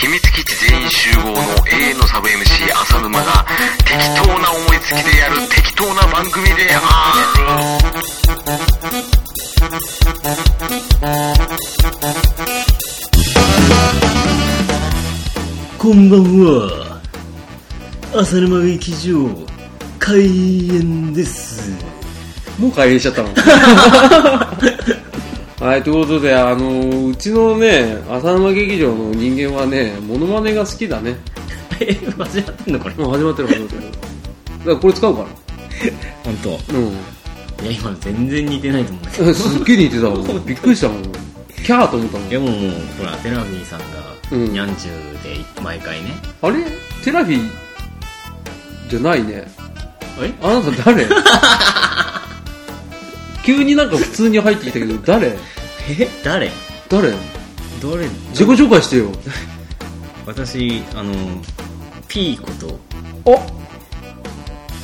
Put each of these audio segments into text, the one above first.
秘密基地全員集合の永遠のサブ MC 浅沼が適当な思いつきでやる適当な番組であるこんばんは浅沼劇場開演ですもう開演しちゃったのはい、ということで、あのーうちのね、浅沼劇場の人間はね、モノマネが好きだね。え始まってんのこれもう始まってる、始まってる。だからこれ使うか本当。な。うん。いや今の全然似てないと思うんだけどえすっげえ似てたもん。びっくりしたもん。キャーと思ったもんい。やもうもうほらテラフィーさんがうんニャンチューで毎回ね、あれテラフィーじゃないね。えあなた誰急になんか普通に入ってきたけど、誰え誰誰どれ自己紹介してよ。私あの P こと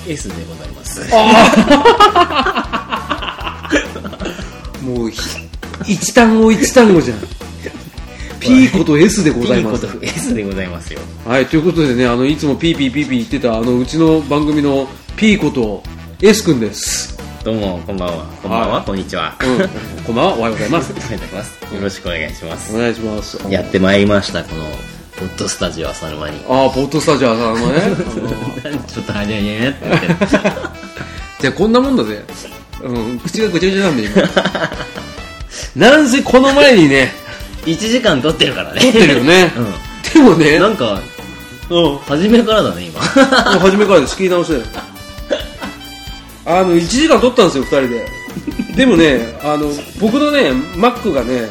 S でございます もうひ、一単語一単語 じゃん。P こと S でございます。 P こと S でございますよはい、ということでね、あの、いつもピーピーピーピー言ってた、あの、うちの番組の P こと S くんです。どうもこんばんはこんばんは、はこんにちは うん。こんばんは、おはようございますお。はよう ございますよろしくお願いしますお願いします。やってまいりましたこのポッドスタジオ浅沼 にああ、ポッドスタジオさんのね。 あのちょっと早いねって言 ってじゃあこんなもんだぜ。うん、口がぐちゃぐちゃなんで、 今。なんせこの前にね、 1時間撮ってるからね撮ってるよね。うでもね、んもなうんかもう初めからだね今初めからです。仕切り直しだよ。あの、1時間撮ったんですよ、2人で。でもね、あの、僕のね、Mac がね、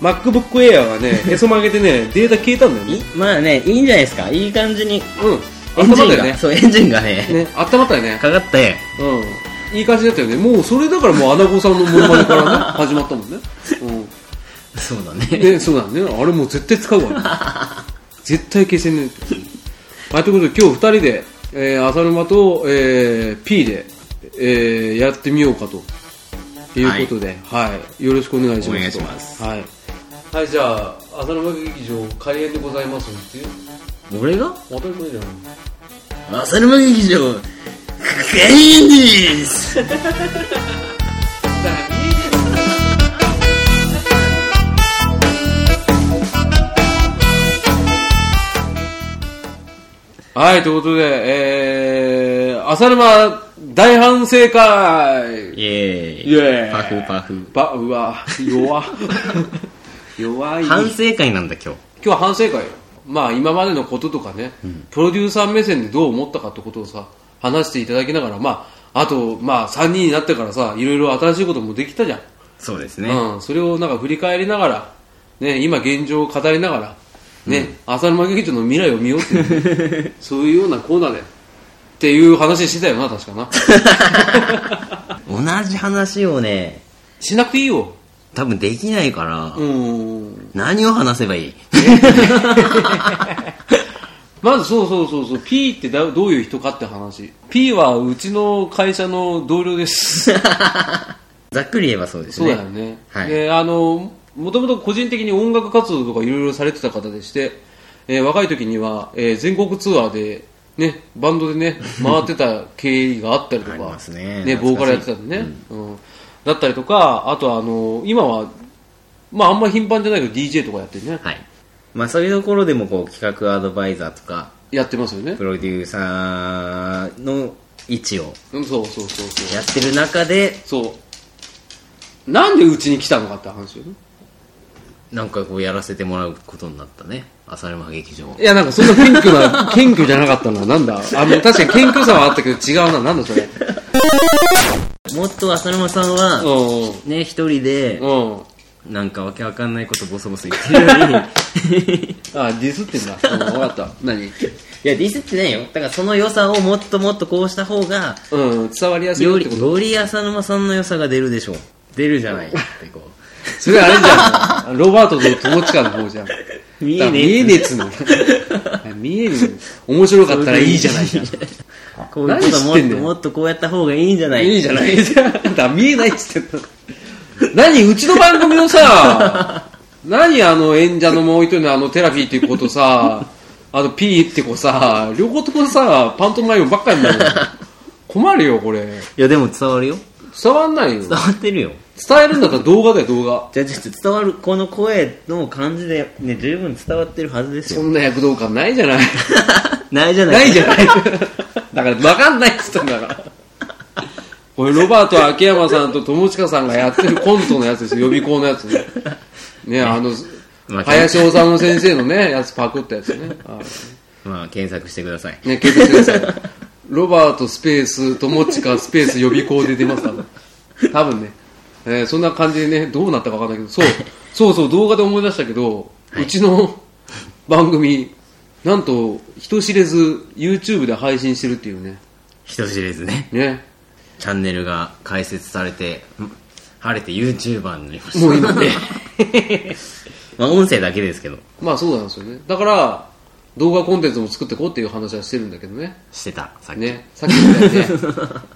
MacBook Air がね、へそ曲げてね、データ消えたんだよね。 いまあねいいんじゃないですかいい感じにうエん。ン温まジったンよが、ね。そうエンジンがねね、温まったよね。 かかってうん。いい感じだったよね。もう、それだからもう、アナゴさんのモノマネからね、始まったもんね。うん。そうだねね、そうだね。あれもう絶対使う わ、ね。絶対消せねえ。はい、ということで今日二人で、えー、浅沼と、えー、P で、えー、やってみようかと。いうことで、はい、よろしくお願いしますと。お願いしますはい。はい、じゃあ、浅沼劇場開演でございますっていう。 俺が当たり前じゃん。浅沼劇場開演です はい、ということで、えー、浅沼大反イエ省会ーイイエーイパフパフば、うわ、弱。 弱い。反省会なんだ今日今日は反省会よまあ今までのこととかね、プロデューサー目線でどう思ったかってことをさ話していただきながらまああとまあ3人になってからさいろいろ新しいこともできたじゃん、そうですね、うん、それをなんか振り返りながら、ね、今現状を語りながら、ね浅沼劇場の未来を見ようっていう そういうようなコーナーでっていう話してたよな確 かな同じ話をねしなくていいよ多分できないから、うん何を話せばいい まずそうそうそうそう P ってだどういう人かって話 P はうちの会社の同僚ですざっくり言えばそうですそうねだよね。はいで、あの、もともと個人的に音楽活動とかいろいろされてた方でして、えー若い時には、えー全国ツアーで、ね、バンドで ね、回ってた経緯があったりとありか、ますねボーカルやってたんでね、うんだったりとか、あとはあの、今は、まああんま頻繁じゃないけど DJ とかやってね、はいまあそういうところでもこう企画アドバイザーとかやってますよねプ。ロデューサーの位置をうん、そうそうそうそう。やってる中でそう。なんでうちに来たのかって話よね。なんかこうやらせてもらうことになったね浅沼劇場いや、なんかそんな謙虚 な、謙虚じゃなかったな。なんだあの、確かに謙虚さはあったけど違うな。なんだそれ。もっと浅沼さんはうね一人でん。うん。なんかわけわかんないことボソボソ言ってるのに あ、ディスってんだ。 うん、分かった。何いやディスってないよだからその良さをもっともっとこうした方がうん、伝わりやすいよってりこと。より浅沼さんの良さが出るでしょう出るじゃないってこそれあれじゃ ん。ロバートと友近の方じゃん。う見えねだから見ええねえっ つうの。見えねえ。面白かったらいいじゃないじゃん。 こういうことも何知ってっんだとよもっとこうやった方がいいんじゃないいいじゃ ないじゃん。だから見えないっつってんの。何うちの番組のさ、何あの演者のもう一人のあのテラフィーっていう子とさ、あのピーって子さ、両方ともさ、パントマイムばっかりになるよ。困るよ、これ。いやでも伝わるよ伝わんないよ。伝わってるよ伝えるんだったら動画だよ、動画。じゃあちょっと伝わるこの声の感じでね十分伝わってるはずですそよんな躍動感ないじゃない。 ないじゃないないじゃない。だから、わかんないっつったんだから。これ、ロバート秋山さんと友近さんがやってるコントのやつですよ、予備校のやつね。ね、あのまあ、林修先生のね、やつパクったやつ ね。はいまあ検索してくださいね、検索してください。ロバートスペース、友近スペース予備校で出ますから。 多分ね。えーそんな感じでね、どうなったかわかんないけど、 そう、そうそう、動画で思い出したけど、うちの 番組、なんと、人知れず YouTube で配信してるっていうね。人知れずねね。チャンネルが開設されてん晴れて YouTuber になりましたもう今ね。 まあ音声だけですけどまあそうなんですよね。だから、動画コンテンツも作っていこうっていう話はしてるんだけどね。してたさっき、ね。さっきみたいにね。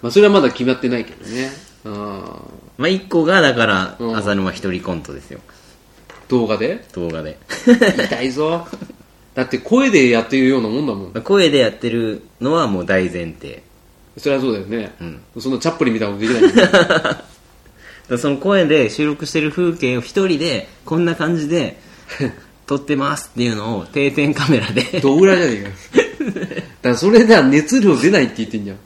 まあそれはまだ決まってないけどね。あまあ一個がだから、うん浅沼一人コントですよ動画で動画で 痛いぞだって声でやってるようなもんだもん声でやってるのはもう大前提そりゃそうだよね、うんそのチャップリンみたいなことできないもんねだからその声で収録してる風景を一人でこんな感じで 撮ってますっていうのを定点カメラでどうぐらいじゃねえかよだからそれでは熱量出ないって言ってんじゃん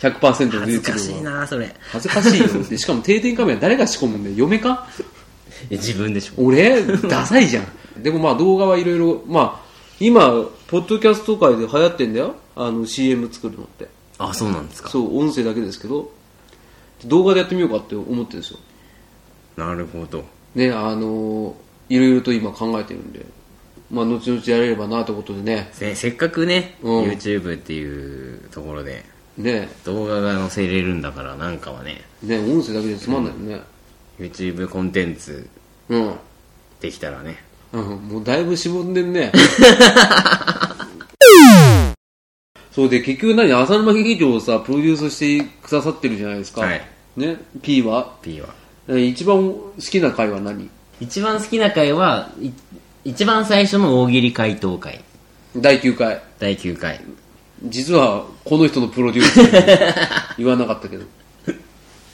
100%の恥ず熱量かしいはなそれ恥ずかしいよでしかも定点カメラ誰が仕込むんだよ嫁かいや自分でしょ俺ダサいじゃんでもまあ動画はいろいろまあ今ポッドキャスト界で流行ってんだよあの CM 作るのってあそうなんですかそう音声だけですけど動画でやってみようかって思ってるんですよなるほどね、あのいろいろと今考えてるんで、まあ、後々やれればなということでね、せせっかくね、うん YouTube っていうところでね、動画が載せれるんだからなんかはねね、音声だけでつまんないよね。 YouTube コンテンツうん。できたらねうん、もうだいぶしぼんで んね。そうで、結局何、浅沼劇場をさ、プロデュースしてくださってるじゃないですか。はいね、P は、 P はえ一番好きな回は何一番好きな回はい一番最初の大喜利回答会第9回。第9回実は、この人のプロデュ ース言わなかったけど。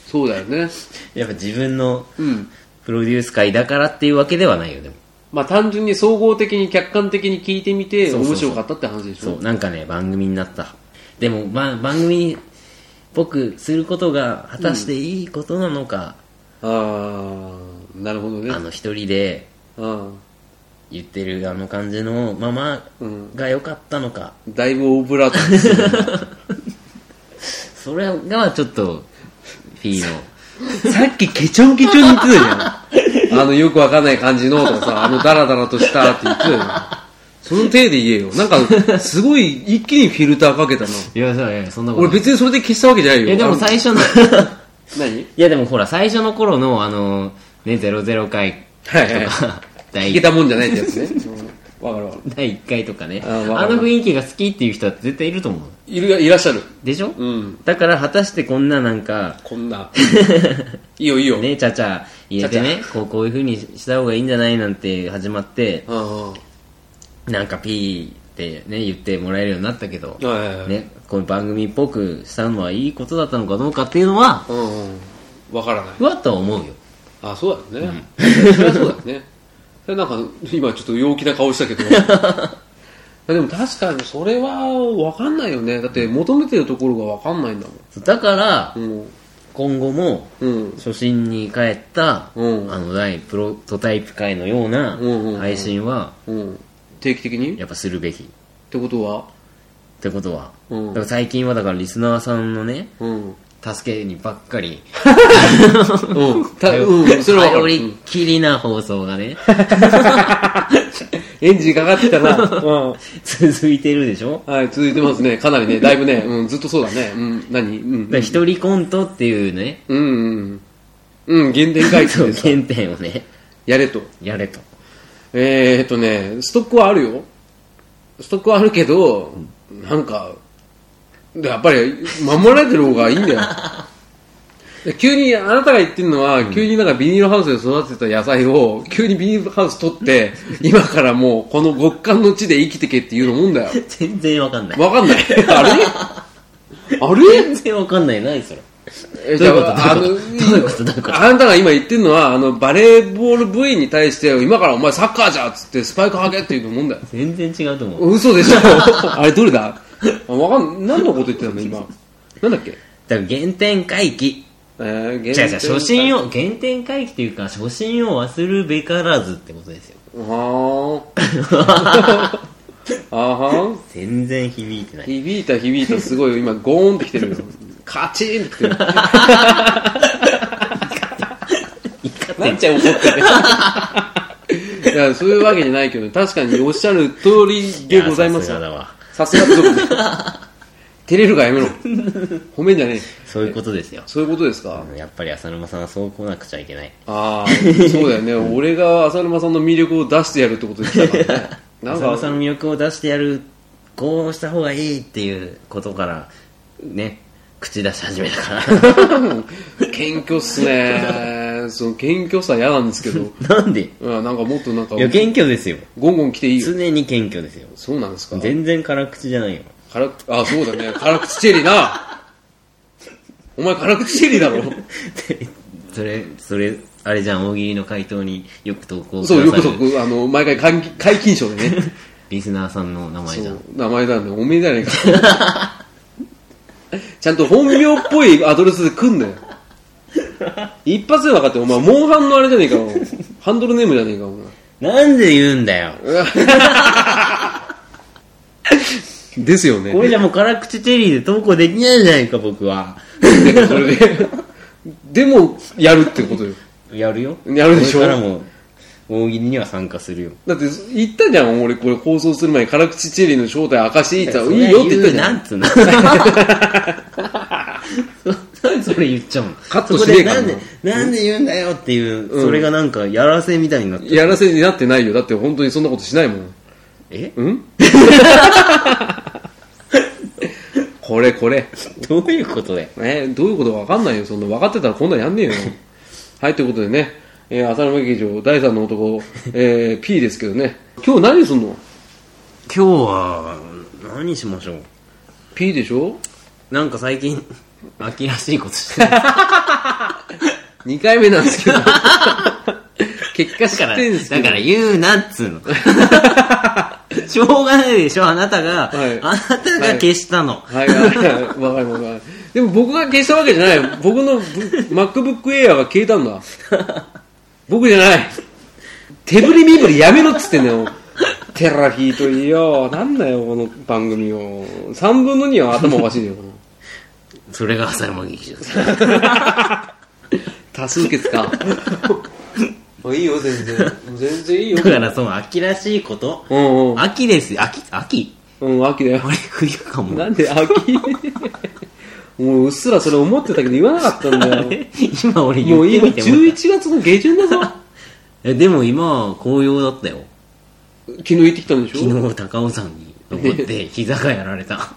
そうだよね。やっぱ自分のうん。プロデュース会だからっていうわけではないよでもまあ単純に総合的に客観的に聞いてみてそうそうそう面白かったって話でしそょうなんかね番組になったでも、まあ、番組に僕することが果たしていいことなのか、ああなるほどねあの一人であ言ってるあの感じのままうんが良かったのか、ーだいぶオブラートですよそれがちょっと P の さっきケチョンケチョンに言ってた じゃんあのよくわかんない感じのとかさあのダラダラとしたって言ってたじゃんその体で言えよなんかすごい一気にフィルターかけたないやいやいやそんなこと俺ない別にそれで消したわけじゃないよいやでもあ最初の の何いやでもほら最初の頃のあのね00回はいはいと か第聞けたもんじゃないってや つねうんわかるわかる第1回とかねあわあかるの雰囲気が好きっていう人は絶対いると思ういるいらっしゃるでしょ、うんだから果たしてこんななんかこん ないいよいいよねちゃちゃ入れてねこうこういう風にした方がいいんじゃないなんて始まってあなんかピーってね言ってもらえるようになったけど、あはいはいはいね、こういう番組っぽくしたのはいいことだったのかどうかっていうのはうんうんわからないふわっとは思うよあそうだよね、それはそうだよねそれなんか今ちょっと陽気な顔し たけどでも確かにそれはわかんないよねだって求めてるところがわかんないんだだからもんも今後もううん初心に帰った、うんあの第プロトタイプ会のようなうんうんうん配信はうん定期的にっやっぱするべきってことはてことは、うんだから最近はだからリスナーさんのねうん助けにばっかりうんた頼うんそれはわか頼る、うりんきりな放送がねエンジンかかってきたな、うん続いてるでしょはい続いてますねかなりねだいぶね、うん、ずっとそうだねうん何うんだから一人コントっていうねうんうんうん原点回帰そうでさ原点をねやれとやれとえー、っとね、ストックはあるよ。ストックはあるけど、なんか、やっぱり守られてる方がいいんだよ。で急にあなたが言ってるのは、急になんかビニールハウスで育てた野菜を急にビニールハウス取って今からもうこの極寒の地で生きてけっていうのもんだよ全然わかんない。わかんないあれあれ全然わかんない。何それ。えどういうことじゃああのどういうことどういうことあなたが今言ってるのはあのバレーボール部員に対して今からお前サッカーじゃっつってスパイクはげっていうもんだよ全然違うと思う。嘘でしょ あれどれだあわかん何のこと言ってたの 今なんだっけだから原点回帰。えー、違う違う、初心を、原点回帰というか、初心を忘るべからずってことですよ。はーんあはん全然響いてない。響いた響いたすごい今ゴーンってきてるよカチーンってきてるなんちゃん怒って るいやそういうわけじゃないけど確かにおっしゃる通りでございますやさすがだわ。さすがってどこ照れるからやめろ褒めんじゃねえそういうことですよ。そういうことですか、やっぱり浅沼さんはそう来なくちゃいけない。ああそうだよね俺が浅沼さんの魅力を出してやるってことですか らねなん浅沼さかんの魅力を出してやる、こうした方がいいっていうことから、ね、口出し始めたか謙虚っすねその謙虚さ嫌なんですけどら。 なんでいうんなんかもっとなんかや、謙虚ですよ。ゴンゴン来ていいよ常に謙虚ですよ。そうなんですか全然辛口じゃないよ。辛くあそうだね辛口チェリーなお前辛口チェリー だろそれ、それ、あれじゃん、大喜利の回答によく投稿くださそうるよくそこあの毎回皆勤皆勤賞でねリスナーさんの名前じそゃんう。名前なんでおめえじゃね えかちゃんと本名っぽいアドレスで来んなよ一発で分かってお 前モンハンのあれじゃねえかお前ハンドルネームじゃねえかお前なんで言うんだよ。ですよこねれじゃもう辛口チェリーで投稿できないじゃないか、僕は。それででもやるってことよやるよ。やるでしょこれからも、大喜利には参加するよ。だって言ったじゃん俺これ放送する前に辛口チェリーの正体明かしていいって言ったらいいよって言ったじゃんん。 それは言うなんつうの。なんでそれ言っちゃうのカットしねえからそなこでなんで、なんで言うんだよっていう、それがなんか、やらせみたいになってる。やらせになってないよだって本当にそんなことしないもんえ うんこれこれどういうことだよ。えーどういうことか分かんないよそんな分かってたらこんなんやんねえよはいということでね、えー、浅沼劇場第3の男、えー、P ですけどね今日何すんの今日は、何しましょう。 P でしょなんか最 近、秋らしいことしてる。 2回目なんですけど結果だ知かっら、てんですけだどから言うなっ つうの。しょうがないでしょ、あなたが、はいあなたが消したの。はいはいわかるわかるでも僕が消したわけじゃないよ僕のぶ MacBook Air が消えたんだ僕じゃない手振り身振りやめろっつってんだよテラフィーといいよなんだよこの番組を3分の2は頭おかしいよこのそれが浅沼劇 場です。多数決かいいよ全然全然いいよだからその秋らしいこと、うんうん秋ですよ、秋、秋うん秋だよあれ、冬かも。なんで秋もううっすらそれ思ってたけど言わなかったんだよ今俺 言もっうて今みても11月の下旬だぞえでも今紅葉だったよ昨日行ってきたんでしょ昨日高尾山に登 って膝がやられた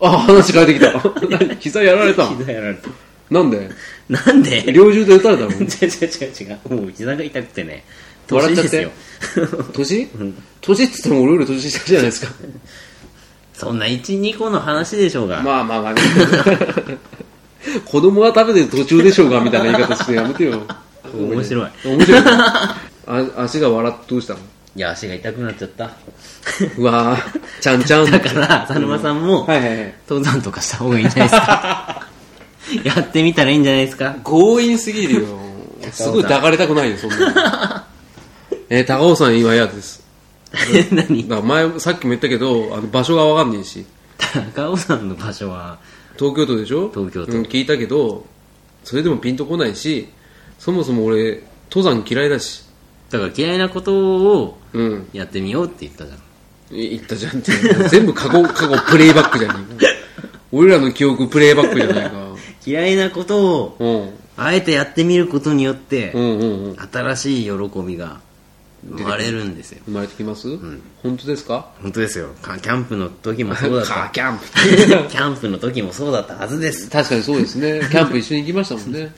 あ、話変えてきた。 何膝やられた。 膝やられたなんでなんで違う猟銃で撃たれたの 違う違う違うもう膝が痛くてね笑っ年ちゃっでてすよ 年年っつっても俺より年下じゃないですか。そんな12個の話でしょうが、まあまあまあ。 子供が食べてる途中でしょうがみたいな言い方してやめてよ。 面白い面 白い。あ足が笑ってどうしたのいや足が痛くなっちゃった うわぁ、ちゃんちゃん。だから佐沼さんも、はいはいはい。登山とかした方がいいんじゃないですか やってみたらいいんじゃないですか強引すぎるよ。すごい抱かれたくないよ、そんなの。 えー高尾山今嫌です。え 何だから前、さっきも言ったけど、あの場所がわかんねえし。高尾山の場所は東京都でしょ東京都うん聞いたけどそれでもピンとこないしそもそも俺登山嫌いだしだから嫌いなことをうんやってみようって言ったじゃんい行ったじゃんって全部 過去過去プレイバックじゃねえか俺らの記憶プレイバックじゃねえか嫌いなことをうんあえてやってみることによって、うんうんうん新しい喜びが生まれるんですよ生まれてきます、本当ですか本当ですよかキャンプの時もそうだったかキャン キャンプの時もそうだったはずです確かにそうです ねキャンプ一緒に行きましたもんね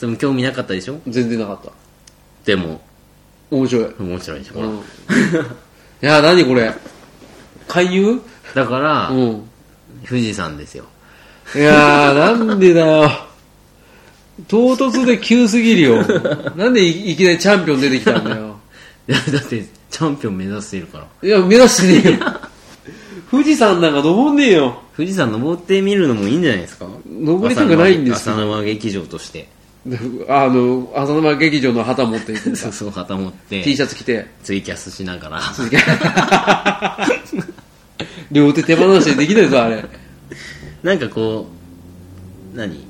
でも興味なかったでしょ全然なかったでも面白い、面白いでしょ、 うん、いや何これ勧誘だから、うん富士山ですよ いやー、なんでだよ。唐突で急すぎるよ。なんでいいきなりチャンピオン出てきたんだよ。いやだってチャンピオン目指しているからいや、目指してねえよ。富士山なんか登んねえよ。富士山登ってみるのもいいんじゃないですか登りたくないんですよ浅沼劇場としてであの、浅沼劇場の旗持っていくん だそうそう旗持って T シャツ着て。ツイキャスしながら両手手放してできないぞ、あれ。なんかこう何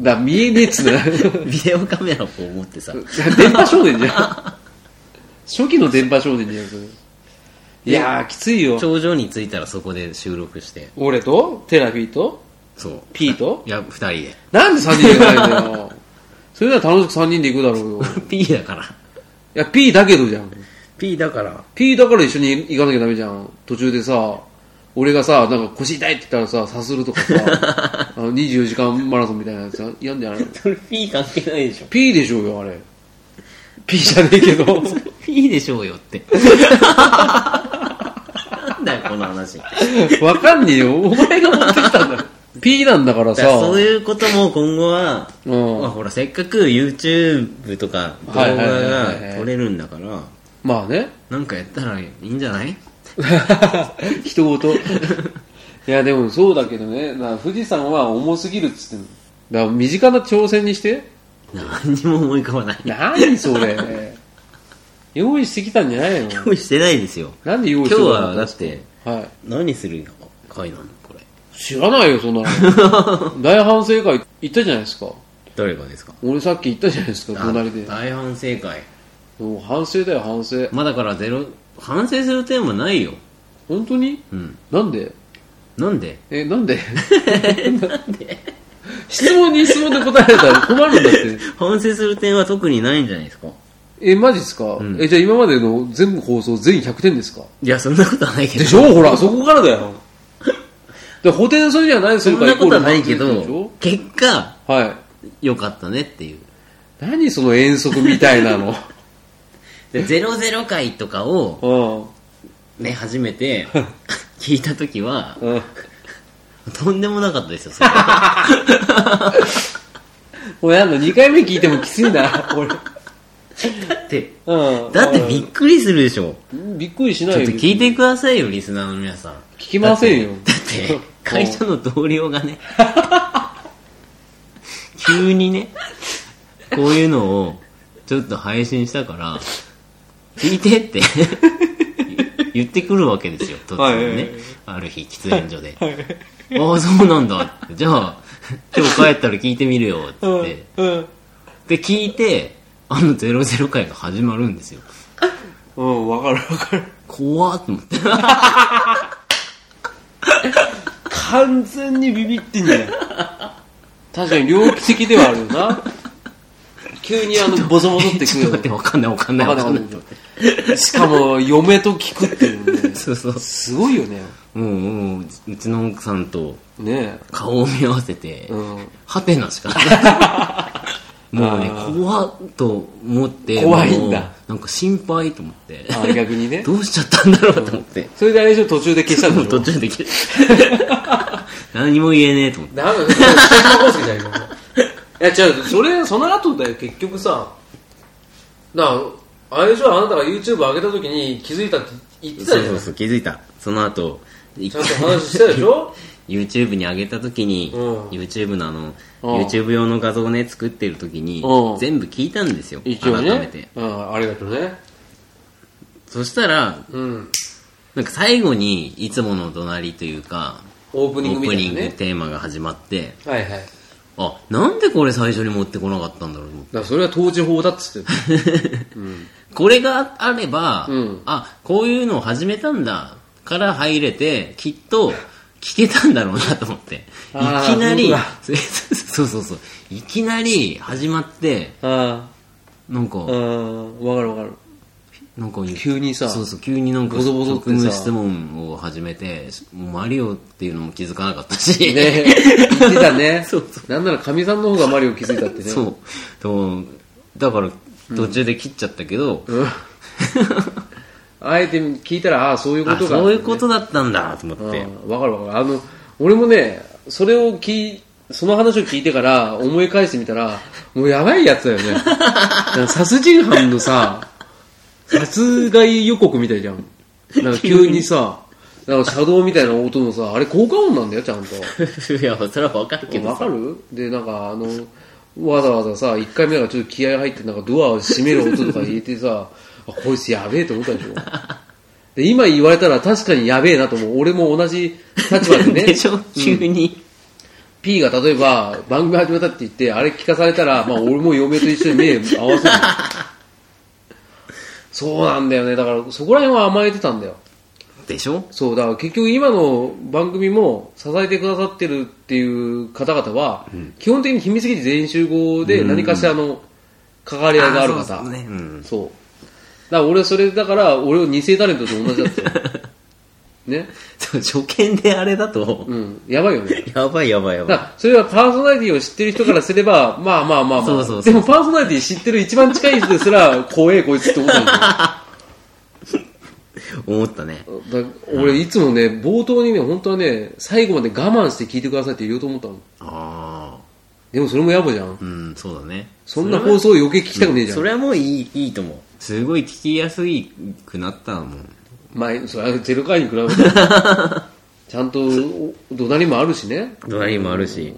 だ、見えねえっつうな。ビデオカメラをこう持ってさ電波少年じゃん。初期の電波少年じゃん、それいやー、きついよ。頂上に着いたらそこで収録して俺と、テラフィーと、そうピーと、いや二人でなんで3人で行かないんだよ。 それなら楽しく3人で行くだろうよ。 P だからいや、P だけどじゃん。 P だから P だから一緒に行かなきゃダメじゃん。途中でさ、俺がさ、なんか腰痛いって言ったらさ、さするとか さ、あの24時間マラソンみたいなやつやんじゃないのそれ P 関係ないでしょ ?P でしょうよ、あれ。P じゃねえけ ど。 P でしょうよってなんだよこの話だかわかんねえよ。お前が持ってきた んだよ。P なんだからさ、らそういうことも今後はうんまあ、ほらせっかく YouTube とか動画はいはいはいはいはがい撮れるんだからまあね。なんかやったらいいんじゃない 人ごといやでもそうだけどねな富士山は重すぎるっつってんのだから身近な挑戦にして何にも思い浮かばない何それ 用意してきたんじゃないの用意してないですよなんで用今意日してはだのってはい、何する会なのこれ知らないよそんな の大反省会行ったじゃないですか誰がですか俺さっき行ったじゃないですか隣であ大反省会もう反省だよ反省まあだからゼロ反省するテーマないよ本当にうんなんでなんでえなんで なんで質問に質問で答えられたら困るんだって反省する点は特にないんじゃないですかえ、マジっすか、んえ、じゃあ今までの全部放送全100点ですかいやそんなことはないけどでしょほら、そこからだよ。 で、補填するには何すそるんかなことはイコールないけ反省するど結果でしょはい。良かったねっていう何その遠足みたい なの。で00回とかをうね、初め て聞いた時は、ん。うん。とんでもなかったですよ、それもうやんの、2回目聞いてもきつい な、俺。だって、うん。だってびっくりするでしょ。うんびっくりしなちょいっよ。と聞いてくださいよ、リスナーの皆さん。聞聞きませんよだって、だって会社の同僚がね、 急にね、こういうのをちょっと配信したから、聞いてって 言ってくるわけですよ、突はい然はいね。はいある日、喫煙所で。ああ、そうなんだって。じゃあ、今日帰ったら聞いてみるよって言って。うん。で聞いてあの00回が始まるんですようん、わかるわかる。怖っと思って完全にビビってんじゃん。確かに猟奇的ではあるよ な。急にあの、ボソボソってくちるょっよと待ってわかんないわかんないわわかかんんなないいわしかも、嫁と聞くっていうね。そうそうすごいよね。もうもううちの奥さんとね顔を見合わせて、え。うん。ハテナしかない もうねあ怖っと思って怖いんだもうなんか心配と思ってあ逆にね 。どうしちゃったんだろうと思って、それであれでしょ、途中で消したんもう でし途ょ。中で消 え何も言えねえと思ってダメだよ、北島康介じゃん、今の。いや、違う、それ、その後だよ、結局さ。なあ、あれでしょ、あなたが YouTube 上げた時に気づいたって言ってたそうじゃそんう。そう気づいたその後一ちゃんと話したでしょ YouTube に上げた時に、うん YouTube のあの、うん YouTube 用の画像をね作ってる時に、うん全部聞いたんですよ一応改めてね。うん、ありがとうね。そしたらうん。なんか最後にいつもの怒鳴りというかオープオニングーみプたニいンなグね。テーマが始まってはいはい。だかあなんでこれ最初に持ってこなかったんだろうと思ってらそれは統治法だっつって。これがあれば、うんあこういうのを始めたんだから入れてきっと聞けたんだろうなと思っていあーきなりうわ そうそうそういきなり始まってあなんかあ、うん、わかるわかる。なんか言う急にさそうそう急になんかボソボソって職さ務質問を始めてもうマリオっていうのも気づかなかったし、 ね言ってたね。そうなんならかみさんの方がマリオ気づいたってね。そうとだから途中で切っちゃったけど、 うん。あえて聞いたら、ああ、そういうこあとか。そういうことだったんだと思ってうんわかるわかる。あの、俺もね、それを聞い、その話を聞いてから思い返してみたら、もうやばいやつだよね。なんか殺人犯のさ、殺害予告みたいじゃん。なんか急にさ、なんか車道みたいな音のさ、あれ効果音なんだよ、ちゃんと。 いやそれはわかるけどわさかるで、なんかあの、わざわざさ、1回目がちょっと気合入って、なんかドアを閉める音とか入れてさ、あ、こいつやべえと思ったでしょ。で、今言われたら確かにやべえなと思う。俺も同じ立場でね で、しょ急に、 P が例えば番組始まったって言って、あれ聞かされたら、まあ俺も嫁と一緒に目合わせる。そうなんだよね。だからそこら辺は甘えてたんだよ。でしょそう、だから結局今の番組も支えてくださってるっていう方々は、基本的に秘密基地全員集合で何かしらの関わり合いがある方。そうそうねうんそう。だから俺それだから、俺を二世タレントと同じ だった。ね。そう初見であれだと、うん。やばいよね。やばいやばいやばだいからそれはパーソナリティを知ってる人からすれば、まあまあまあまあ。そうそうそうでもパーソナリティ知ってる一番近い人ですら、怖えこいつって思うんだよ。思ったねだ俺いつもね、冒頭にね、本当はね、最後まで我慢して聞いてくださいって言おうと思ったの。ああでもそれも野暮じゃん。うんそうだねそんな放送余計聞きたくねえじゃん。それはもういいいいと思うすごい聞きやすいくなったもんまあ、それはゼロ回に比べ たら。ちゃんと、お怒鳴りもあるしね。ドライもあるし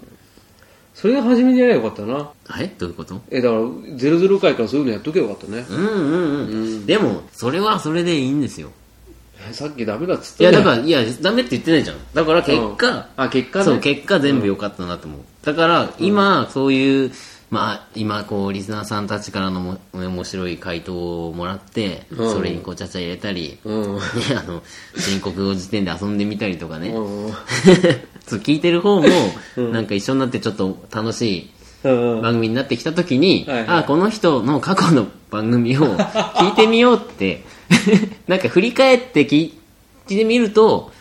それが初めにやればよかったな。えどういうことえ、だから、ゼロゼロ回からそういうのやっとけばよかったね。うんうんうん、でもそれはそれでいいんですよえさっきダメだっつっいたやじゃだんからいやダメって言ってないじゃんだから結果、うんあ、結果ね。そう結果全部良かったなと思う、だから今そういう、まあ今こうリスナーさんたちからのも面白い回答をもらって、うんそれにこうちゃちゃ入れたり、うん。ね、あの新国語辞典で遊んでみたりとかね、うん。 そう聞いてる方も、なんか一緒になってちょっと楽しうんい番組になってきた時に、はいはいあこの人の過去の番組 を聞いてみようって なんか振り返って聞い聞いてみると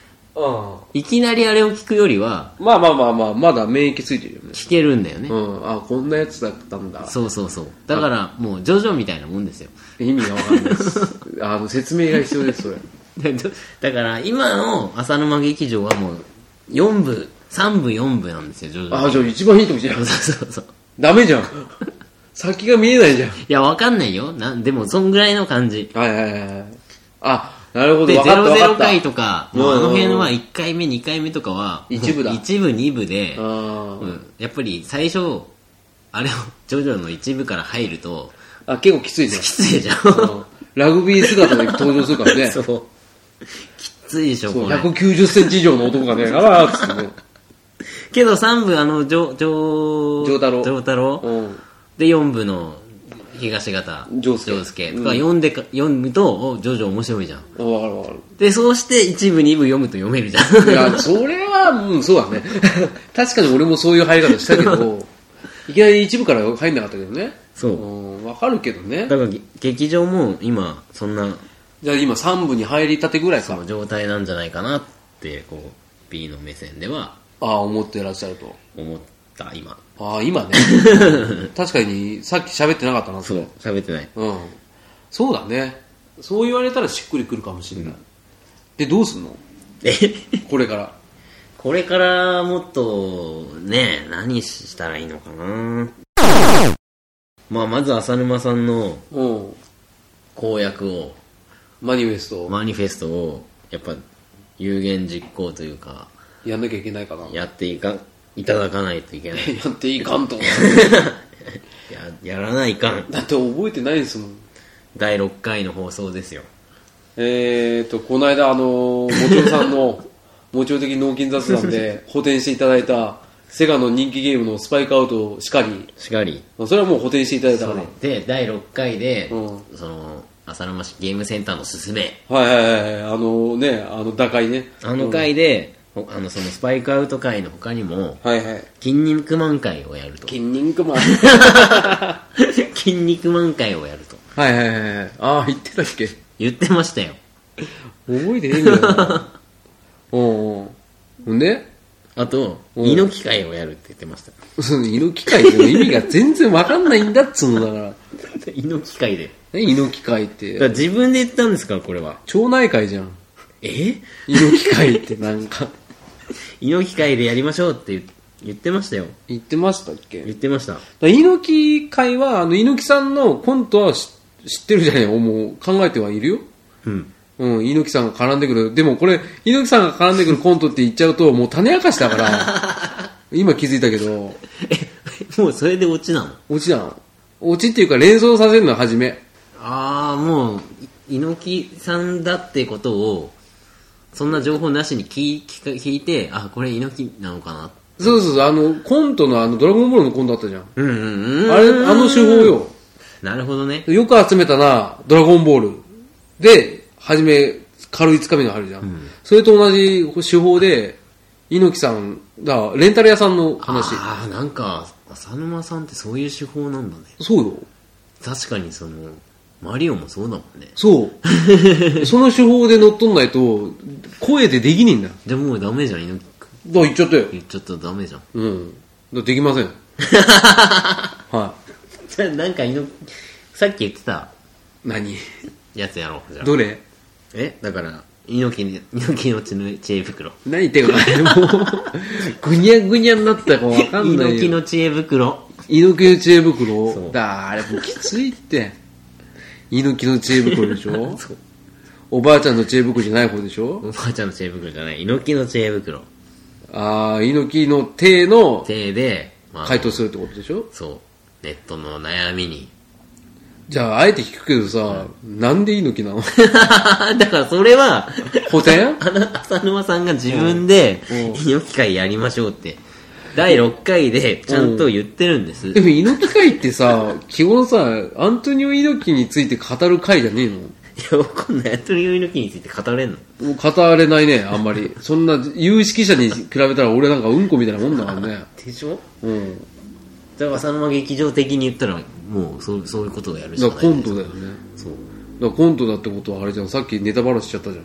いきなりあれを聞くよりはまあまあまあまあ、まだ免疫ついてるよね。聞けるんだよね、うん。あ、こんなやつだったんだ。そうそうそうだからもうジョジョみたいなもんですよ 意味がわかんない です。あの、説明が必要です、そでれ。どだから今の浅沼劇場はもう4部3部4部なんですよジョジョ あ、じゃあ一番いいとこじ ゃ。そうんそうそうダメじゃ ん。先が見えないじゃん。いやわかんないよなんでもそんぐらいの感じはいはいはいはい。あ、なるほど。で、わかったわか00った。回とか、うんもうあの辺は1回目、2回目とかは、一部だ一部、二部で、あうーんやっぱり最初、あれを、ジョジョの一部から入ると、あ、結構きついね。きついじゃん。うんラグビー姿で登場するからね。 そ そうう。きついでしょ、これ。 190センチ以上の男 がね、あらーっつってね。けど3部、あの、ジョ、ジョ、ジョータロジョータロうで、4部の、東方、ジョウスケとか読んでか、読むと、お、ジョジョ面白いじゃん。ん。わかるわかで、そうして一部、二部読むと読めるじゃん。る。いや、それは、うん、そうだね。 確かに俺もそういう入り方したけ ど、いきなり一部から入んなかったけどね。そうう。ん、わかるけどね。 だから、げ劇場も今、そんな、じゃあ今3部に入りたてぐらいか。状態なんじゃないかなってこう B の目線ではああ、思ってらっしゃると。思った今ああ、 今ね。確かに、さっき喋ってなかったな、そう喋って ないうん。そうだね。そう言われたらしっくりくるかもしれない。で、どうすんのえこれから。これからもっとね何したらいいのかなまあまず浅沼さんのうん。公約をマニフェストをマニフェストをやっぱ有言実行というかやんなきゃいけないかな。ややっていかいただかないといけない っていいかんと思 ややらないかんう。だって覚えてないですもん。第6回の放送ですよえーと、この間、あのー、もちろさんの、 もちろ的脳筋雑談で補填していただいた、セガの人気ゲームのスパイクアウトしかり、しかりそれはもう補填していただいたから。で第6回で、うその浅沼市ゲームセンターのすすめはいはいはいはい、あのね、あの、打開ね。あの回で、ほあのそのスパイクアウト回の他にもはいはい。 「筋肉マン会」をやると 筋肉 マン。 「筋肉マン会」をやるとはいはいはいはい。ああ、言ってたっけ言ってましたよ。覚えてねえんだよな。お うおうほんであと、うん猪木会をやるって言ってました。その猪木会の意味が全然わかんないんだっつうのだから。 猪木会で。何猪木会っだからて。自分で言ったんですから、これは。町内会じゃん。え猪木会ってなんか、 猪木会でやりましょうって言言ってましたよ。言ってましたっけ言ってました。だから猪木会は、あの、猪木さんのコントはし知ってるじゃないもう考えてはいるよ。うん。うん、猪木さんが絡んでくる。でもこれ、猪木さんが絡んでくるコントって言っちゃうと、もう種明かしだ から、今気づいたけど、 え、もうそれでオチなのオチだな。オチっていうか連想させるのは初め。ああ、もう、い猪木さんだってことを、そんな情報なしに聞い聞か聞いて、あ、これ猪木なのかな。そうそうそう、あの、コントのあの、ドラゴンボールのコントあったじゃん。うんうんうん。あれ、あの手法よ。なるほどね。よく集めたな、ドラゴンボール。で、初め、軽いつかみがあるじゃん。それと同じ手法で、猪木さん、だからレンタル屋さんの話。ああ、なんか、浅沼さんってそういう手法なんだね。そうよ。確かにその、マリオもそうだもんね。 そう。その手法で乗っ取んないと、声でできねえんだよ。でももうダメじゃん、猪木だから言っちゃったよ。言っちゃったらダメじゃん。うん。だからできませ ん。はじゃあなん か猪木、さっき言ってたい。何やつやろう。じゃあどれえだから、猪木に、猪木の知の知恵袋。何言ってん のもう、ぐにゃぐにゃになったかわかんないよ。猪木の知恵袋。猪木の知恵袋そうだあれもうきついって猪木の知恵袋でし ょおばあちゃんの知恵袋じゃない方でしょおばあちゃんの知恵袋じゃない、猪木の知恵袋。ああ猪木の手の手で、まあ回答するってことでしょそう。ネットの悩みに。 じゃああえて聞くけどさ、なんで猪木なのだからそれは、 補填あの、浅沼さんが自分で、うん猪木会やりましょうって、第6回でちゃんと言ってるんですで。も猪木会ってさ基本さアントニオ猪木について語る会じゃねえのいや、こんなやっとり猪木について語れんのもう語れないねあんまりそんな有識者に比べたら俺なんかうんこみたいなもんだからねでしょうんだから浅沼劇場的に言ったら、もうそうそういうことをやるしだかかならいコんンですトよ。だよねそう。だからコントだってことはあれじゃんさっきネタバラシしちゃったじゃん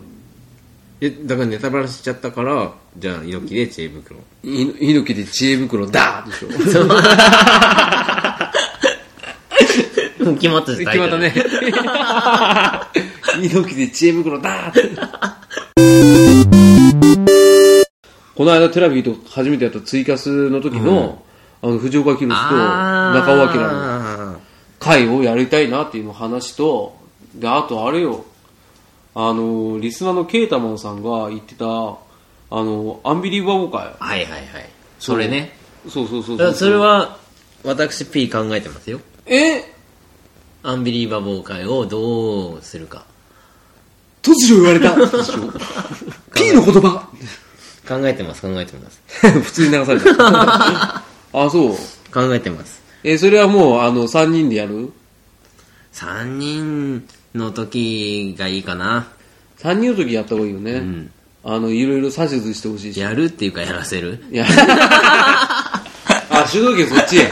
え、だからネタバラしちゃったから、じゃあ猪木で知恵袋。い猪木で知恵袋だでしょ決 もう決まったじゃん。まったね 猪木で知恵袋だこの間テラビと初めてやったツイキャスの時の,、あの藤岡弘と中尾明のあ会をやりたいなっていうの話とであとあれよあのリスナーのケータマンさんが言ってたあのアンビリーバボー会はいはいはい。それね。そうそうそうだかそうらそれは、私 P 考えてますよ。えアンビリーバボー会をどうするか。突如言われた P の言葉考えてます、考えてます。普通に流された あそう考えてます。えそれはもうあの3人でやる3人の時がいいかな。 3人の時やった方がいいよね、んあのいろいろ指図してほしいしやるっていうかやらせるいやあ主導権そっちへ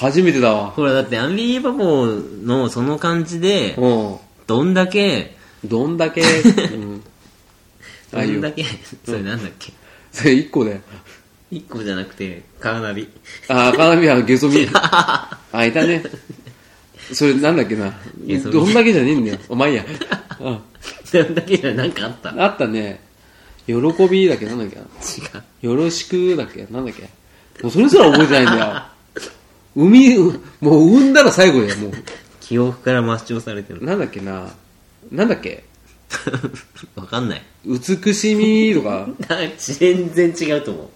初めてだわほら、だってアンビリーバボーのその感じで、うんどんだけ、どんだ け、うん、どんだけ、それなんだっけ。それ1個で1個じゃなくて、カーナビ。あー、鏡はゲソ 見。あ、いたね。それなんだっけな。ゲソ見どんだけじゃねえんだよ。お前や。うんどんだけじゃなんかあった違あったね。喜びだっけなんだっけな。う。よろしくだっけなんだっけもうそれすら覚えてないんだよ。海、うもう産んだら最後だよ、も記憶から抹消されてう。る。なんだっけな。なんだっけわかんない。美しみとか、だ全然違うと思う。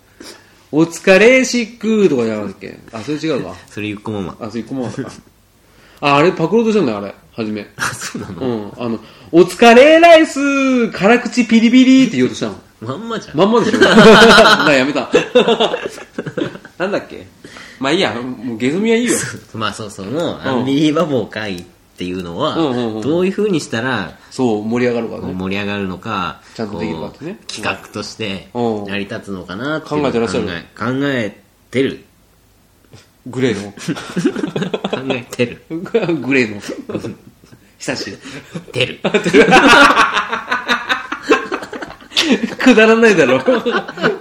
お疲れしっくとかじゃなかったっけあ、それ違うか。それゆっこママ。あ、それ1個もあったか。あ、あれパクろうとしたんだよ、あれ。はじめ。あ、そうなのうん、あの、お疲れライス、辛口ピリピリって言おうとしたの。まんまじゃん。まんまでしょ な、や めた。なんだっけまあいいや、もうゲズミはいいよ。まあそうその、アンビリーバボー会っていうのは、うんうんうんどういう風にしたら、そう、盛り上がるからこうね。盛り上がるのか、ちゃんとできるかっこてうね企画としてうん成り立つのかなっていうのを考えてらっしゃる考え考えてる。グレー考えてる。 の。グレーの。久し出る。くだらないだろ。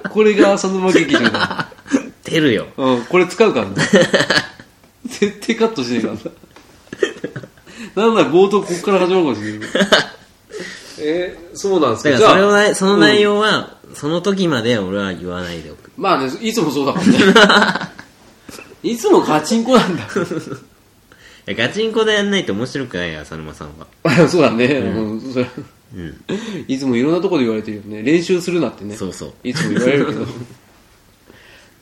これが浅沼劇場だ。出るよ。うん、これ使うからね。絶対カットしねえからな。なんなら冒頭こっから始まるかもしれない。えーそうなんですだかからそれをなその内容は、その時まで俺は言わないでおく。まあね、いつもそうだからね。いつもガチンコなんだ。いやガチンコでやんないと面白くないよ、浅沼さんは。そうだね。うんそれうん。いつもいろんなところで言われてるよね。練習するなってね。そうそう。いつも言われるけ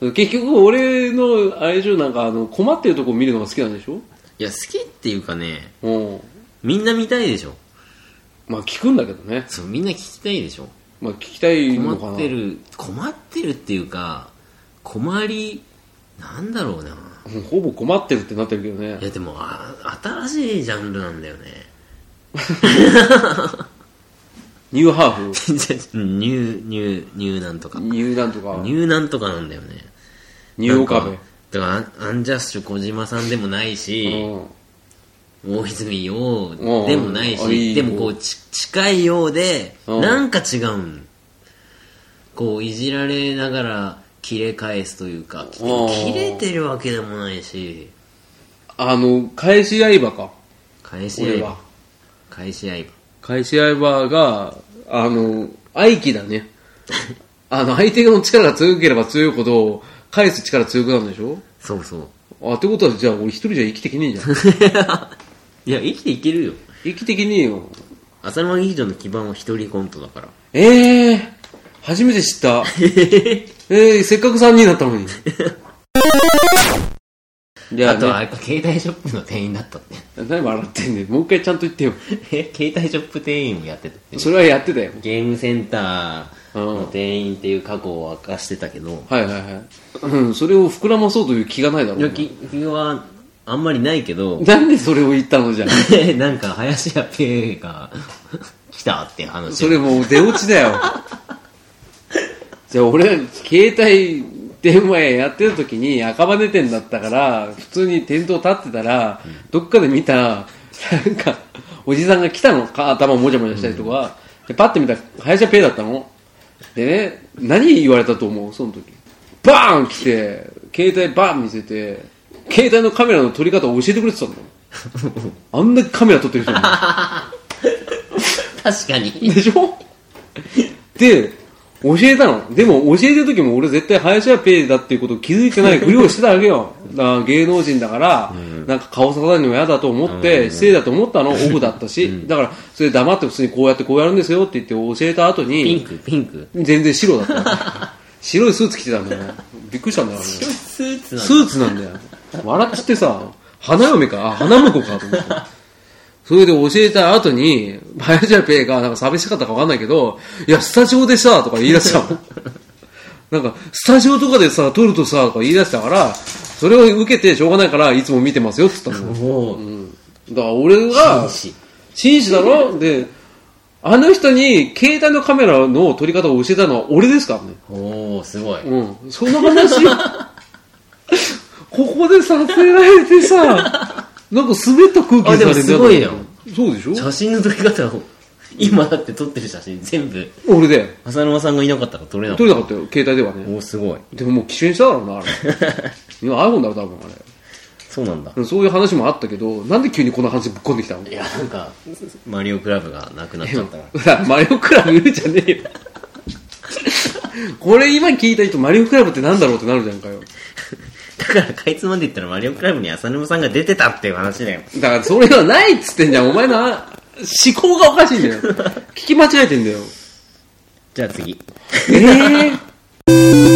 ど。 結局俺のあれでしょなんかあの困ってるとこ見るのが好きなんでしょいや、好きっていうかね、うん。みんな見たいでしょ。まあ聞くんだけどね。そう、みんな聞きたいでしょ。まあ聞きたいのかな。困ってる、困ってるっていうか、困り、なんだろうな。もうほぼ困ってるってなってるけどねい。や、でも、あ新しいジャンルなんだよね。 ニューハーフ、ニュー、ニュー、ニューなんとか。ニューなんとか、ニューなんとかなんだよね。ニューオカなんかだからアン、アンジャッシュ小島さんでもないベ。し、うん大泉洋んでもないあいし、いでもこう、ち近いようで、うんなんか違うん。こう、いじられながら、切れ返すというか、きうん切れてるわけでもないし、あの、返し刃か。返し俺合はば。。返し合ば。返し刃が、あの、愛機だ ね。あの、相手の力が強ければ強いほど、返す力強くなるんでしょそうそう。あ、ってことは、じゃあ俺一人じゃ生きてけね えじゃん。いや、生きていけるよ。生きてけねえよ。浅沼劇場の基盤は一人コントだから。ええー、初めて 知った。ええー、せっかく3人だったのに。じゃあ、あね、とは、やっぱ携帯ショップの店員だったって。何笑ってんねんもう一回ちゃんと言ってよ。え 携帯ショップ店員もやってたって。それはやってたよ。ゲームセンターうんの店員っていう過去を明かしてたけど、はいはいはい。うん、それを膨らまそうという気がないだろいや、う。き君はあんまりないけど、 なんでそれを言ったのじゃん。なんか林家ペーが来たって話それもう出落ちだよ。じゃあ俺、携帯電話やってる時に赤羽店だったから、普通に店頭立ってたら、どっかで見た、なんか、おじさんが来たのか、頭もじゃもじゃしたりとか、で、パッて見たら、林家ペイだったの。でね、何言われたと思うその時。バーン来て、携帯バーン見せて、携帯のカメラの撮り方を教えてくれてたの。あんなカメラ撮ってる人なの確かに。でしょ で、教えたの。でも教えてる時も俺絶対林家ペイだっていうことを気づいて ないふりをしてたわけよ。だから芸能人だから、なんか顔ささないのも嫌だと思って、失礼だと思ったの、オフだったし。だから、それ黙って普通にこうやってこうやるんですよって言って教えた後ピにン、ク、ピンク。全然白だった。白いスーツ着てたんだよね。びっくりしたんだよ、あれスーツなスーツなんだよ。笑っちゃってさ、花嫁か、あ、花婿かと思って。それで教えた後に、バヤジャペイがなんか寂しかったかわかんないけど、いや、スタジオでさ、とか言い出したの。なんか、スタジオとかでさ、撮るとさ、とか言い出したから、それを受けてしょうがないから、いつも見てますよ、って言ったの。だかもう、ら俺が、紳士紳士だろで、あの人に携帯のカメラの撮り方を教えたのは俺ですからね。おー、すごい。うん、その話を、ここでさせられてさ、なんか滑った空気あでもにされてすごいよそうでしょ写真の撮り方を、 今だって撮ってる写真全部、俺で。浅沼さんがいなかったら撮れなか撮っれなかったよ、携帯ではた。ね。おー、すごい。でももう機種にしただろうな、あれ。 今 iPhone だろ、多分あそうなんだ。れ。そういう話もあったけど、なんで急にこんな話ぶっ込んできたのいや、なんか、マリオクラブがなくなっちゃ ったから。ほら マリオクラブいるじゃねえよ。 これ今聞いた人、マリオクラブってなんだろうってなるじゃんかよ。だから、かいつまんで言ったらマリオクラブに浅沼さんが出てたっていう話だよ。だからそれはないっつってんじゃん。お前の思考がおかしいんだよ。聞き間違えてんだよ。じゃあ次。ええ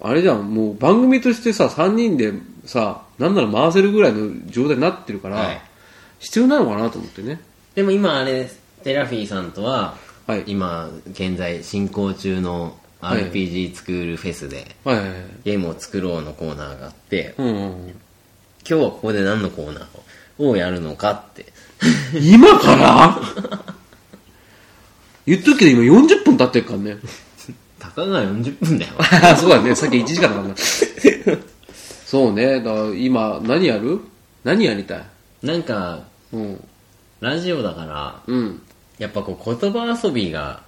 あれじゃん、もう番組としてさ、3人でさ、なんなら回せるぐらいの状態になってるから、はい必要なのかなと思ってね。でも今あれです。テラフィーさんとは、はい今現在進行中のはい RPG スクールフェスで、はいはいはい。ゲームを作ろうのコーナーがあって、うんうんうん、今日はここで何のコーナーをやるのかって。 今から 言っとくけど今40分経ってるからね。たかが40分だよ。あ そうだね、さっき1時間だからな。そうね、だから今何やる何やりたいなんか、うん。ラジオだから、うん。やっぱこう言葉遊びが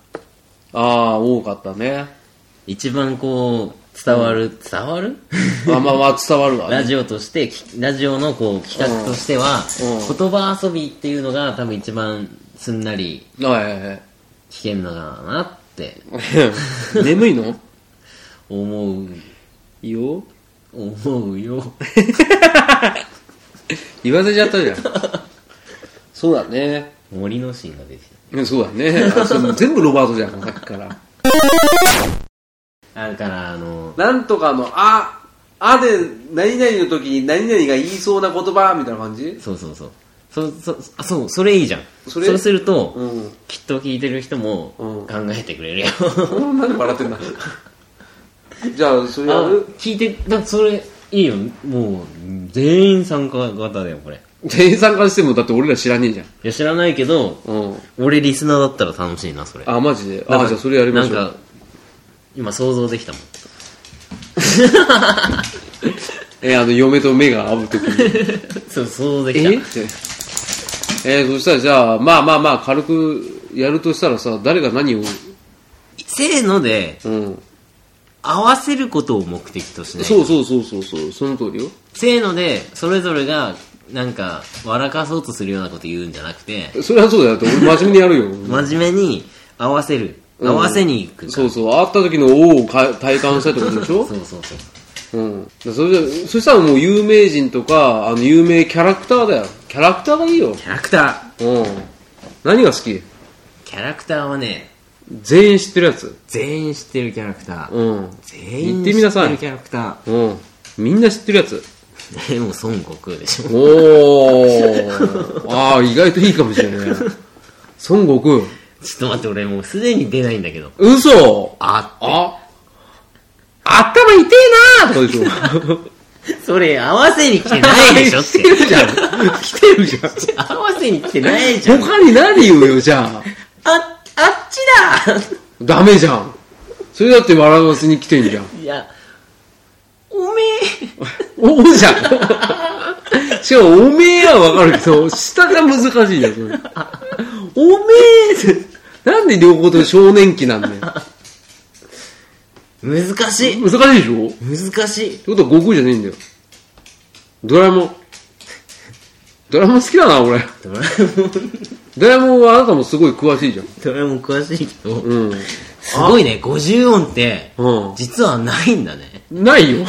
ああ、多かったね。一番こう、伝わる、伝わるあまあまあ伝わるわラね。ジオとして、きラジオのこう企画としては、うん言葉遊びっていうのが多分一番すんなりはいはい はい。聞けるのかなって眠いの思う、いいよ。思うよ。言わせちゃったじゃん。そうだね。森のシーンが出てきうんそうだね。あそれ全部ロバートじゃん、さっきから。た。だから、あの、なんとかの、あ、あで、何々の時に何々が言いそうな言葉、みたいな感じそうそうそう。そ、そ、あ、そう、それいいじゃん。そそれうすると、うん。きっと聞いてる人もうん考えてくれるよ。こんなんで笑ってんだ。じ ゃあ、それやある 聞いて、だからそれ、いいよ。もう、全員参加型だよ、これ。い店員さんからしても、だって俺ら知らねえじゃん。や、知らないけど、うん。俺リスナーだったら楽しいな、それ。あ、マジで。なんあ、かじゃあそれやりましょう。なんか、今想像できたもん。 えーあの、嫁と目が合う時に。そう、想像できえた。ってえーそしたらじゃあ、まあまあまあ、軽くやるとしたらさ、誰が何を、せーので、うん。合わせることを目的としない。そうそうそうそうそう、その通りよ。せーので、それぞれが、なんか、笑かそうとするようなこと言うんじゃなくて、それはそうだよ。だって俺真面目にやるよ。真面目に合わせる。うん合わせに行くから。そうそう、会った時の王をか体感したってことでしょそうそうそう。 うん。だそれじゃ、そしたらもう有名人とか、あの、有名キャラクターだよ。キャラクターがいいよ。キャラクター。うん。何が好きキャラクターはね、全員知ってるやつ。全員知ってるキャラクター。うん。全員言って知みなっさているキャラクタうん。みんな知ってるやつ。ー。 でも、孫悟空でしょ。 おー。ああ、意外といいかもしれない。孫悟空。ちょっと待って、俺もうすでに出ないんだけど。嘘ああ頭痛えなーとかでしょ。それ合わせに来てないでしょっ来てるて。じゃん。来てるじゃん。 合わせに来てないじゃん。あ、他に何言うよ、じゃあ。あっちダメじゃん。それだって笑わせに来てんじゃん。だ いや、おめえ。おおじゃん。しかも、おめえはわかるけど、下が難しいよ、それ。おめえって、なんで両方とも少年期なんだよ。難しい。難しいでしょって難しい。ことは悟空じゃねえんだよ。ドラえもん。ドラえもん好きだな、俺。ドラえもん、ドラえもんはあなたもすごい詳しいじゃん。ドラえもん詳しいけど、うん。すごいね、50音って、うん実はないんだね。ないよ。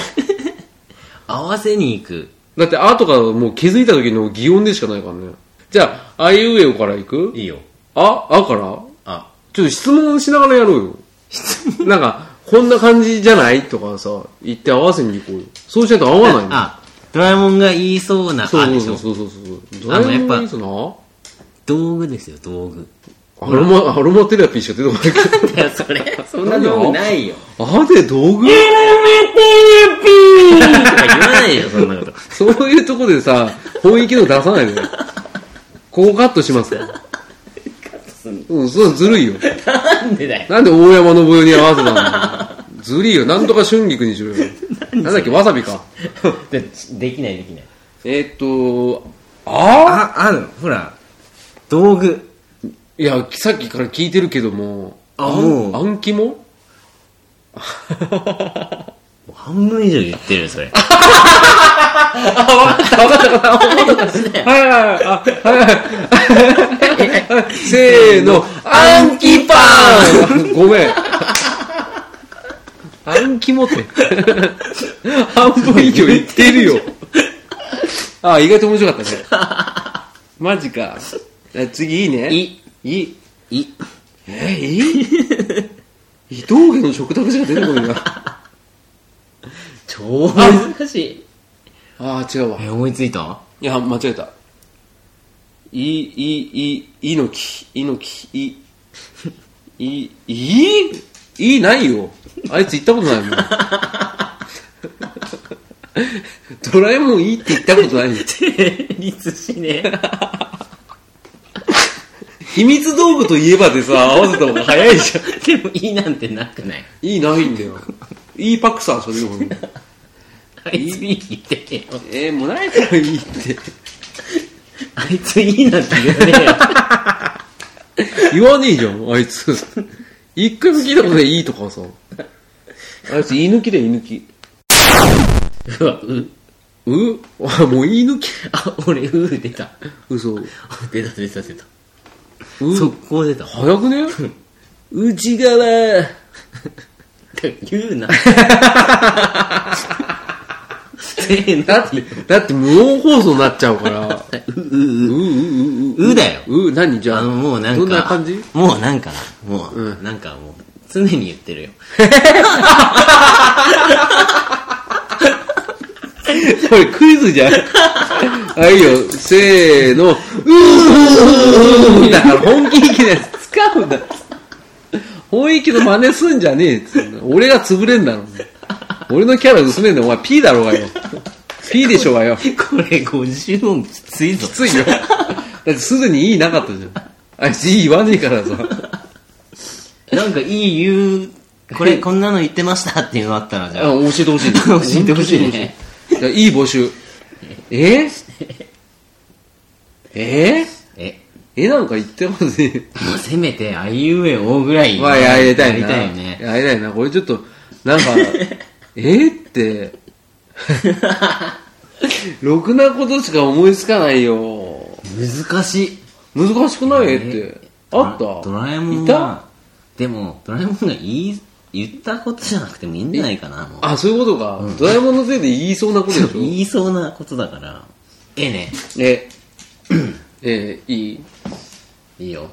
合わせに行く。だって、あとかもう気づいた時の擬音でしかないからね。じゃあ、あいうえおからいくいいよ。あ、あからあ、ちょっと質問しながらやろうよ。なんか、こんな感じじゃないとかさ、言って合わせに行こうよ。そうしないと合わないの。あ、ドラえもんが言いそうな、そあでうしそうょ。そうそうそう。ドあラのえやもっんぱがいいぞな。道具ですよ、道具。アロマ、アロマテラピーしか出てこないけど。なんだよ、それ。そんな道具ないよ。あで道具とか言わないよ、そんなこと。そういうとこでさ、本意気の出さないで。ここカットしますから。うん、そうずるいよ。なんでだよ。なんで大山信代に合わせたのずるいよ。なんとか春菊にしろよ。なんだっけ、わさびか。でできない、できない。えーっと、ああ、あの、ほら、道具。いや、さっきから聞いてるけども、あんもう暗記ももう半分以上言ってるよ、それ。はいはいはい、あはいはい。せーの、暗記パン ごめん。暗記もって。 半分以上言ってるよ。 あ、意外と面白かったね。マジか。あ次いいね。い。い。い。えー、いい 伊藤家の食卓しか出てこないな。超難しい。あー、違うわ。え、思いついたいや、間違えた。い、い、い、いのき、いのき、い、い、いいいないよ。あいつ行ったことないもん。ドラえもんいいって言ったことないよ。 成立しねえ。秘密道具といえばでさ、合わせた方が早いじゃ ん。でも、いいなんてなくない。いいないんだよ。いいパクさん、それでも。あいついいってけよ。えー、もうないからいいって。あいついいなって言わ ねえよ。言わねえじゃん、あいつ。 一回も聞いたことない、いいとかさ。あいつ、言い抜きだよ、言い抜き。うわ、う、 うあ、もう言い抜き。あ、俺、うー出た。嘘。出た出た出た。う速攻出た。早くね内側言 うな。せーだの。って、だって無音放送になっち ゃうから。う、う、う、う、う、う、う、うだよ。う、何じゃあの、もうなんか。どんな感じもうなんかな。もう、うなんかもう、常に言ってるよ。これクイズ じゃん。はいよ、せーの。うーうーうーうーだから本気域のやつ使うんだ。本域の真似すんじゃねえっつうの俺が潰れんだろ。俺のキャラ薄めんだよ。お前 P だろうがよ。P でしょうがよ。きこれ、50音きついぞ。ついよ。だってすでにいいなかったじゃん。あいついい言わねえからさ。なんかいい言う、こ れ、こんなの言ってましたっていうのあったら、じあゃあ。教えてほしい。教えてほしいね。いやいい募集。えええ、えなんか言ってますね。もうせめて、あいうえおぐらい。まあ、やりたいやな。りたいよね。やりたいな。これちょっと、な んか、えって、ろくなことしか思いつかないよ。難しい。難しくないってえ。あっドたドラえもんいたは、でも、ドラえもんが言い、言ったことじゃなくてもいいんじゃないかな、もう。あ、そういうことか。ドラえもんのせいで言いそうなことでしょ。言いそうなことだから。ええね。 え、え、いいいいよ。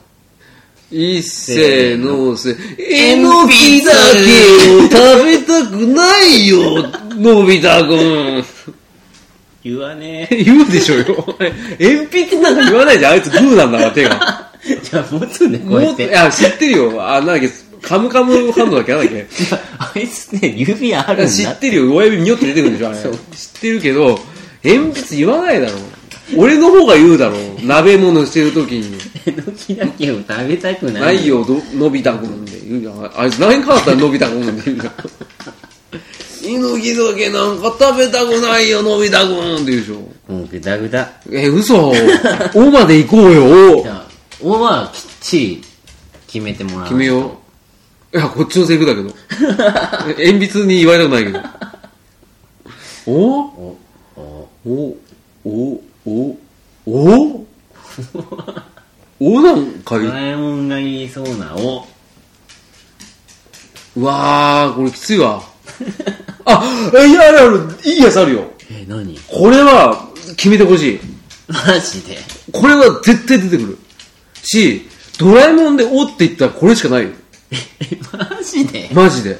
いっせーのせ、ええののびびだだけを食べたくないよ、のび太くん。言わね言うでしょうよ。 鉛筆なんか言わないじゃん。あいつグーなんだから手が。え。 じゃあ、持つね、こもううやっいて。や、知ってるよ。あ、なんだっけ、カムカムハンドだっけ なんだっけ。いやあいつね、指あるんだ。知ってるよ。親指によって出てくるでしょ、あれ。知そうってるけど、鉛筆言わないだろ。俺の方が言うだろ。鍋物してる時に。えのきだけを食べたくない。ないよ、どのび太くんで言うじゃん。あいつ何かあったらのび太くんで言うじゃん。猪木だけなんか食べたくないよ、のび太くんって言うでしょ。もうぐだぐだ。え、嘘。おまで行こうよ、おじ。ゃあ、おはきっちり決めてもらう。決めよう。いや、こっちのセリフだけど。 え鉛筆に言われたくないけど。 おお、お、お、お、お、お おなんかドい、ラえもんが言いそうなお。うわー、これきつい わ。あ、いや、あるある、いいやつあるよ。え、何これは、決めてほしい。マジで。これは絶対出てくる。し、ドラえもんでおって言ったらこれしかないよ。え、マジでマ ジで。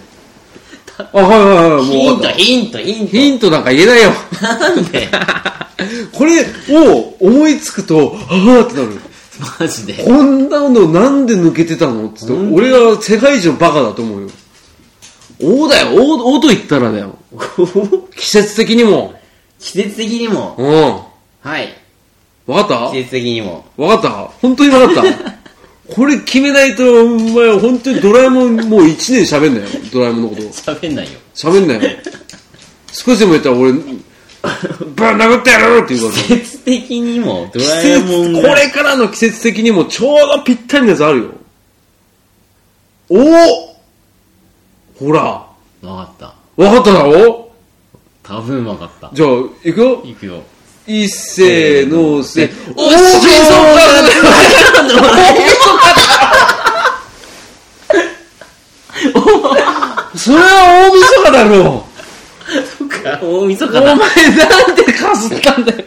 あ、はいはいはい、ヒもンう分ト、かった。ヒント、ヒント。ヒントなんか言えないよ。なんでこれを思いつくと、ああってなる。マジで。こんなのなんで抜けてたのつって、俺が世界一のバカだと思うよ。おだよ、お、おと言ったらだよ。季節的にも。季節的にも。うん。わはい。かった季節的にも。わかった本当にわかったこれ決めないと、お前、本当にドラえもん、もう1年喋んなよ。ドラえもんのこと。喋んないよ。喋んなよ。少しでも言ったら俺、ぶん殴ってやるって言うから。季節的にも、ド季ラえもん節、が。これからの季節的にもちょうどぴったりのやつあるよ。おおほら、わわかった。かっただろ多分わかった。じゃあ、行くよ。いくよ。いっせーのせ、おおそれは大晦日だろ大晦日お前だ。なんでかすったんだよ。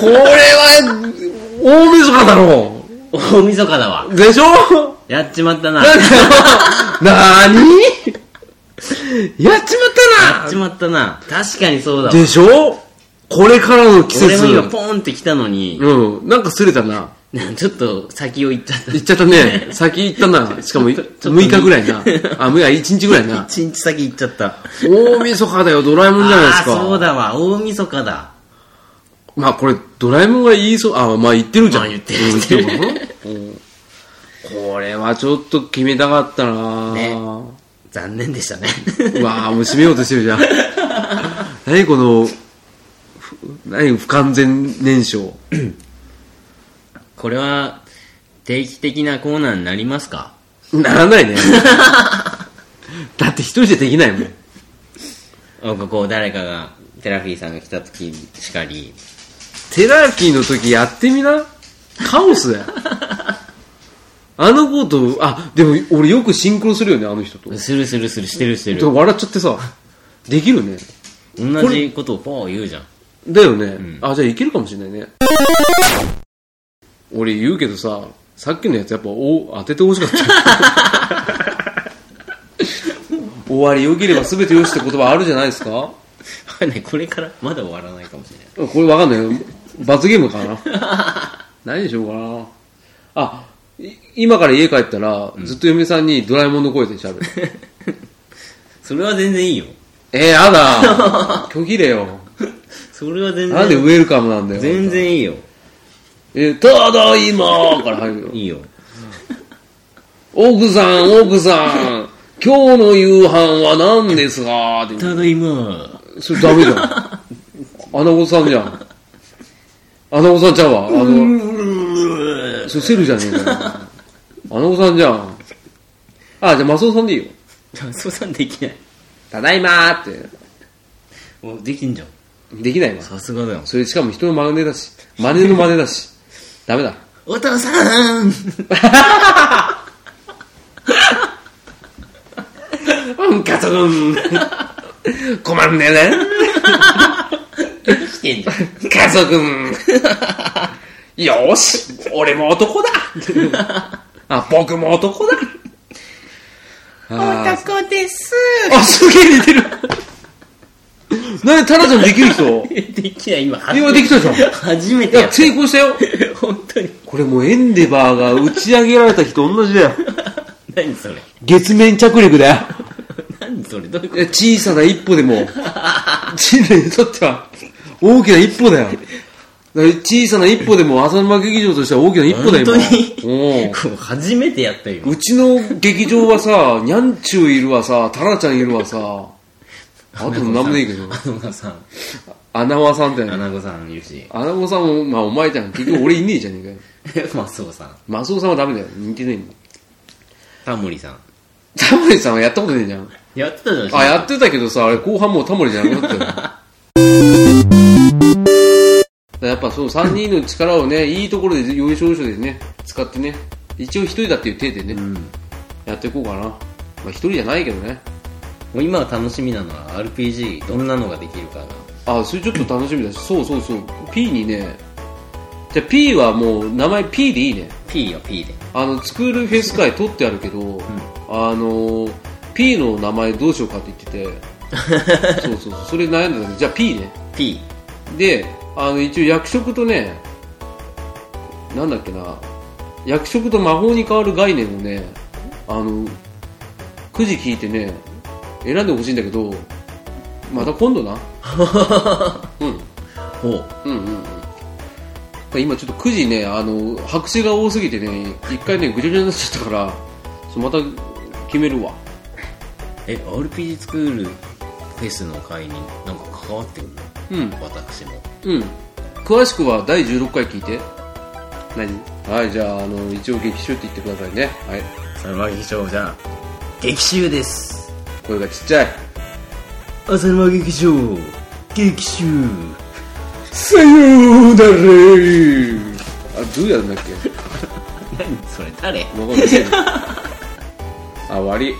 これは、大晦日だろ大晦日だわ。う。でしょやっちまったな。なんやだよなーにやっちまっっちたまったな。確かにそうだなわ。でしょこれからの季俺節も。今ポーンって来たのに、うん、なんかすれたな。ちょっと先を行っちゃった。行っちゃったね。先行ったな。しかも、6日ぐらいな。あ、6日、1日ぐらいな。一日先行っちゃった。大晦日だよ、ドラえもんじゃないですか。あーそうだわ、大晦日だ。まあこれ、ドラえもんが言いそう、あ、まあ言ってるじゃん。まあ言ってる言ってるうん言ってるうんこれはちょっと決めたかったな、ね残 念でしたね。うわあもう締めようとしてるじゃん。何この、ふ何不完全燃焼。これは定期的なコーナーになりますかならないね。だって一人じゃできないもん。なんかこう誰かがテラフィーさんが来た時しかりテラーキーの時やってみな。カオスだよ。あの子と、あ、でも俺よくシンクロするよね、あの人と。するするするしてるしてでるも笑っちゃってさ、できるね。同じことをポー言うじゃんだよね、あ、じゃあいけるかもしれないね。俺言うけどさ、さっきのやつやっぱお当ててほしかった。終わり良ければ全て良しって言葉あるじゃないですかわかんないこれ からまだ終わらないかもしれないこれわかんないよ。罰ゲームかな何にしようかな。あ、い今から家帰ったら、ずっと嫁さんにドラえもんの声で喋る。それは全然いいよえー、やだ。拒否れよ。それは全然なんでウェルカムなんだよ。全。然いいよえーただいまから入るよ。いいよ奥さん、奥さん、 今日の夕飯は何ですかって。ただいま それダメじゃん。 アナゴさんじゃん。アナゴさんちゃうわ。あの、それセルじゃねえかよ。アナゴさんじゃん。あ、じゃあマスオさんでいいよ。マスオさんできないただいまーって。もうできんじゃんできないわ。さすがだよそれしかも人の真似だし、真似の真似だし。ダメだ。お父さん うん、カツン。 困るんだよね。来てんじゃん家族よし俺も男 だあ僕も男 だあ男ですーあすげえ似てる何タラちゃんできる人 できない今初めて今できたじゃんい初めてややっ成功したよた本当に これもうエンデバーが打ち上げられた日と同じだよ何それ月面着陸だよ何それどういうこいや小さな一歩でも人類にとっては大きな一歩 だよだから小さな一歩でも浅沼劇場としては大きな一歩だよ今本当うんとこう初めてやったようちの劇場はさ、にゃんちゅういるわさ、タラちゃんいるわさ、あとなんもねえけど、アナゴさんアナワさんってアナゴさんいるしアナゴさんも、まあお前じゃん、結局俺いねえじゃねえかよ。 マスオさんマスオさんはダメだよ、似てねえもん。タモリさんタモリさんはやったことねえじゃん。やってたじゃんあ、やってたけどさ、あれ後半もうタモリじゃなくなったよ。だからやっぱその3人の力をね、いいところでよいしょよいしょでね、使ってね、一応一人だっていう体でね、やっていこうかな。まあ一人じゃないけどね。もう今は楽しみなのは RPG どんなのができるかなあそれちょっと楽しみだしそうそうそう P にねじゃあ P はもう名前 P でいいね P は P であのスクールフェス会取ってあるけど、あの P の名前どうしようかって言っててそうそうそうそれ悩んだんだけどじゃあ P ね P であの一応役職とねなんだっけな役職と魔法に変わる概念をねあのくじ聞いてね選んでほしいんだけどまた今度なうんほううんうんうん今ちょっと9時ねあの白紙が多すぎてね一回ねぐちゃぐちゃになっちゃったからそうまた決めるわえ RPG スクールフェスの会になんか関わってくるのうん私もうん詳しくは第16回聞いて何はいじゃああの一応劇中って言ってくださいねはいさるま劇場じゃあ劇集です声がちっちゃい浅沼劇場劇集さようならあどうやるんだっけ 何それ誰 わかんないあ終わり